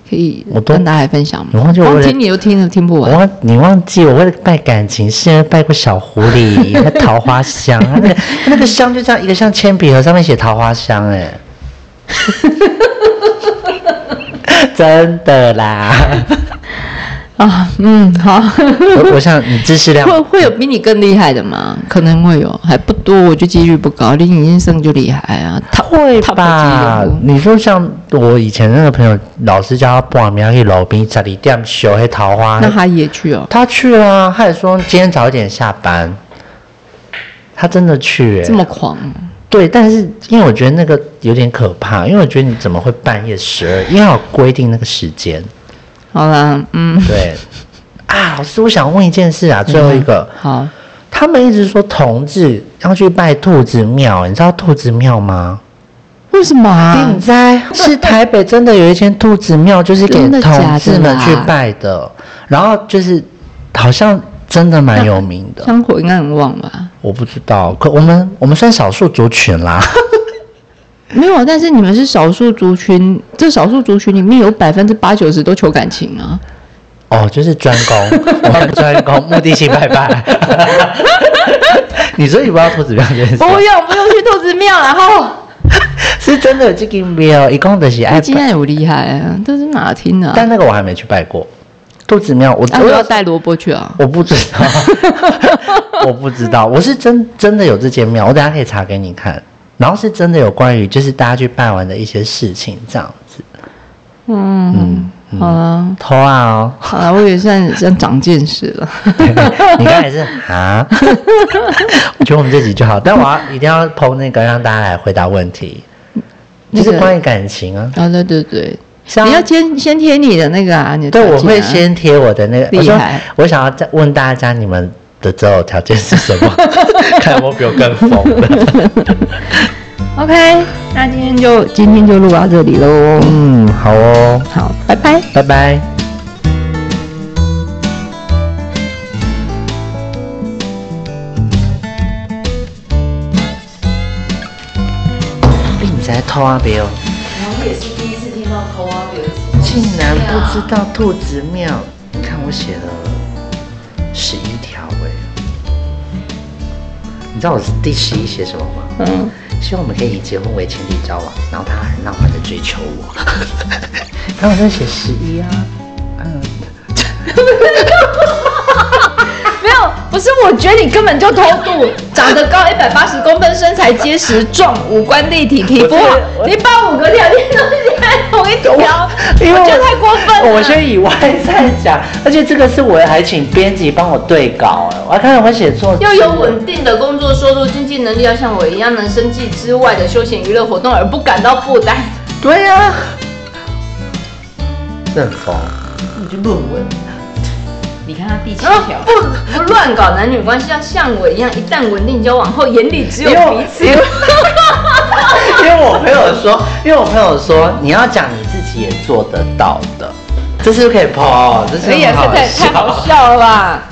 [SPEAKER 1] 可以
[SPEAKER 3] 我都
[SPEAKER 1] 跟大家来分享吗？
[SPEAKER 3] 我忘记我
[SPEAKER 1] 光
[SPEAKER 3] 为了
[SPEAKER 1] 听你都听都听不
[SPEAKER 3] 我
[SPEAKER 1] 完。
[SPEAKER 3] 忘你忘记我为了拜感情，是因为拜过小狐狸，那桃花香，它那个它那个香就这样一个像铅笔盒上面写桃花香、哎， 真的啦。
[SPEAKER 1] 啊，嗯，好，
[SPEAKER 3] 我我想你 知识量
[SPEAKER 1] 会会有比你更厉害的吗？可能会有，还不多，我觉得几率不高。林颖先生就厉害啊，他
[SPEAKER 3] 会
[SPEAKER 1] 他
[SPEAKER 3] 吧
[SPEAKER 1] 不记得？
[SPEAKER 3] 你说像我以前那个朋友，老师叫他半暝去路边十二点烧黑桃花，
[SPEAKER 1] 那他也去哦，
[SPEAKER 3] 他去了、啊，他也说今天早一点下班。他真的去、欸，
[SPEAKER 1] 这么狂，
[SPEAKER 3] 对，但是因为我觉得那个有点可怕，因为我觉得你怎么会半夜十二？因为有规定那个时间。
[SPEAKER 1] 好啦，嗯，
[SPEAKER 3] 对，啊，老师，我想问一件事啊，最后一个，
[SPEAKER 1] 好，
[SPEAKER 3] 他们一直说同志要去拜兔子庙，你知道兔子庙吗？
[SPEAKER 1] 为什么啊
[SPEAKER 3] 你？在是台北真的有一间兔子庙，就是给
[SPEAKER 1] 真的
[SPEAKER 3] 同志
[SPEAKER 1] 假的
[SPEAKER 3] 们
[SPEAKER 1] 啦
[SPEAKER 3] 去拜的，然后就是好像真的蛮有名 的，
[SPEAKER 1] 香火应该很旺吧？
[SPEAKER 3] 我不知道，可我们我们算少数族群 啦，
[SPEAKER 1] 没有，但是你们是少数族群，这少数族群里面有百分之八九十都求感情啊。
[SPEAKER 3] 哦，就是专 攻，我们不专攻，目 的性拜拜。你说你不知道兔子庙这件事
[SPEAKER 1] 不，用，不用去兔子庙，然后
[SPEAKER 3] 是真的有这个庙，一共的是爱
[SPEAKER 1] 哎，
[SPEAKER 3] 拜
[SPEAKER 1] 今天有厉害啊，这是哪听的、啊？
[SPEAKER 3] 但那个我还没去拜过。兔 子庙，我
[SPEAKER 1] 啊，
[SPEAKER 3] 我
[SPEAKER 1] 我要
[SPEAKER 3] 有
[SPEAKER 1] 带萝卜去啊。
[SPEAKER 3] 我不知道，我不知道，我是真真的有这间庙，我等一下可以查给你看。然后是真的有关于就是大家去拜完的一些事情这 样子，
[SPEAKER 1] 嗯，好了，
[SPEAKER 3] 偷啊哦，
[SPEAKER 1] 好了，我也算算长见识了。
[SPEAKER 3] 你刚才是啊，我觉得我们这集 就好，但我要一定要剖那个让大家来回答问题， 就
[SPEAKER 1] 那
[SPEAKER 3] 是
[SPEAKER 1] 个
[SPEAKER 3] 关于感情啊，
[SPEAKER 1] 啊，对对对，
[SPEAKER 3] 像
[SPEAKER 1] 你要先先贴你的那个啊，你的
[SPEAKER 3] 对，
[SPEAKER 1] 条
[SPEAKER 3] 我
[SPEAKER 1] 件啊
[SPEAKER 3] 会先贴我的那个，我
[SPEAKER 1] 厉
[SPEAKER 3] 说
[SPEAKER 1] 害
[SPEAKER 3] 我想要再问大家你们的择偶条件是什 么，看有没有比我更疯的。
[SPEAKER 1] OK，那今天就今天就录到这里喽。
[SPEAKER 3] 嗯，好哦，
[SPEAKER 1] 好，拜拜。
[SPEAKER 3] 拜拜。哎，你才偷啊别哦！
[SPEAKER 1] 我也是第一次听到抠啊，
[SPEAKER 3] 竟然不知道兔子庙，你看我写了十一条哎，你知道我第十一写什么吗？
[SPEAKER 1] 嗯，
[SPEAKER 3] 希望我们可以以结婚为前提交往，然后他很浪漫的追求我。 然后我在写十一啊，嗯，
[SPEAKER 2] 没有，不是，我觉得你根本就偷渡，长得高一百八十公分，身材结实壮，五官立体，皮肤好，你把五个条件都写在同一条，
[SPEAKER 3] 因为
[SPEAKER 2] 我觉得太过分 了。
[SPEAKER 3] 我先以外在讲，而且这个是我还请编辑帮我对稿哎，我还看到我写错字，
[SPEAKER 2] 要有稳定的工作收入，经济能力要像我一样能生计之外的休闲娱乐活动而不感到负担。
[SPEAKER 3] 对呀、啊，正风，你就论文。
[SPEAKER 2] 你看他第 七条，不不乱搞男女关系，要像我一样，一旦稳定交往后，眼里只有
[SPEAKER 3] 因为
[SPEAKER 2] 彼此。
[SPEAKER 3] 因为 因为我朋友说，因为我朋友说，你要讲你自己也做得到的，这是不是可以抛，这是
[SPEAKER 2] 哎呀，
[SPEAKER 3] 很
[SPEAKER 2] 太
[SPEAKER 3] 好
[SPEAKER 2] 太太
[SPEAKER 3] 笑。
[SPEAKER 2] 好笑了吧！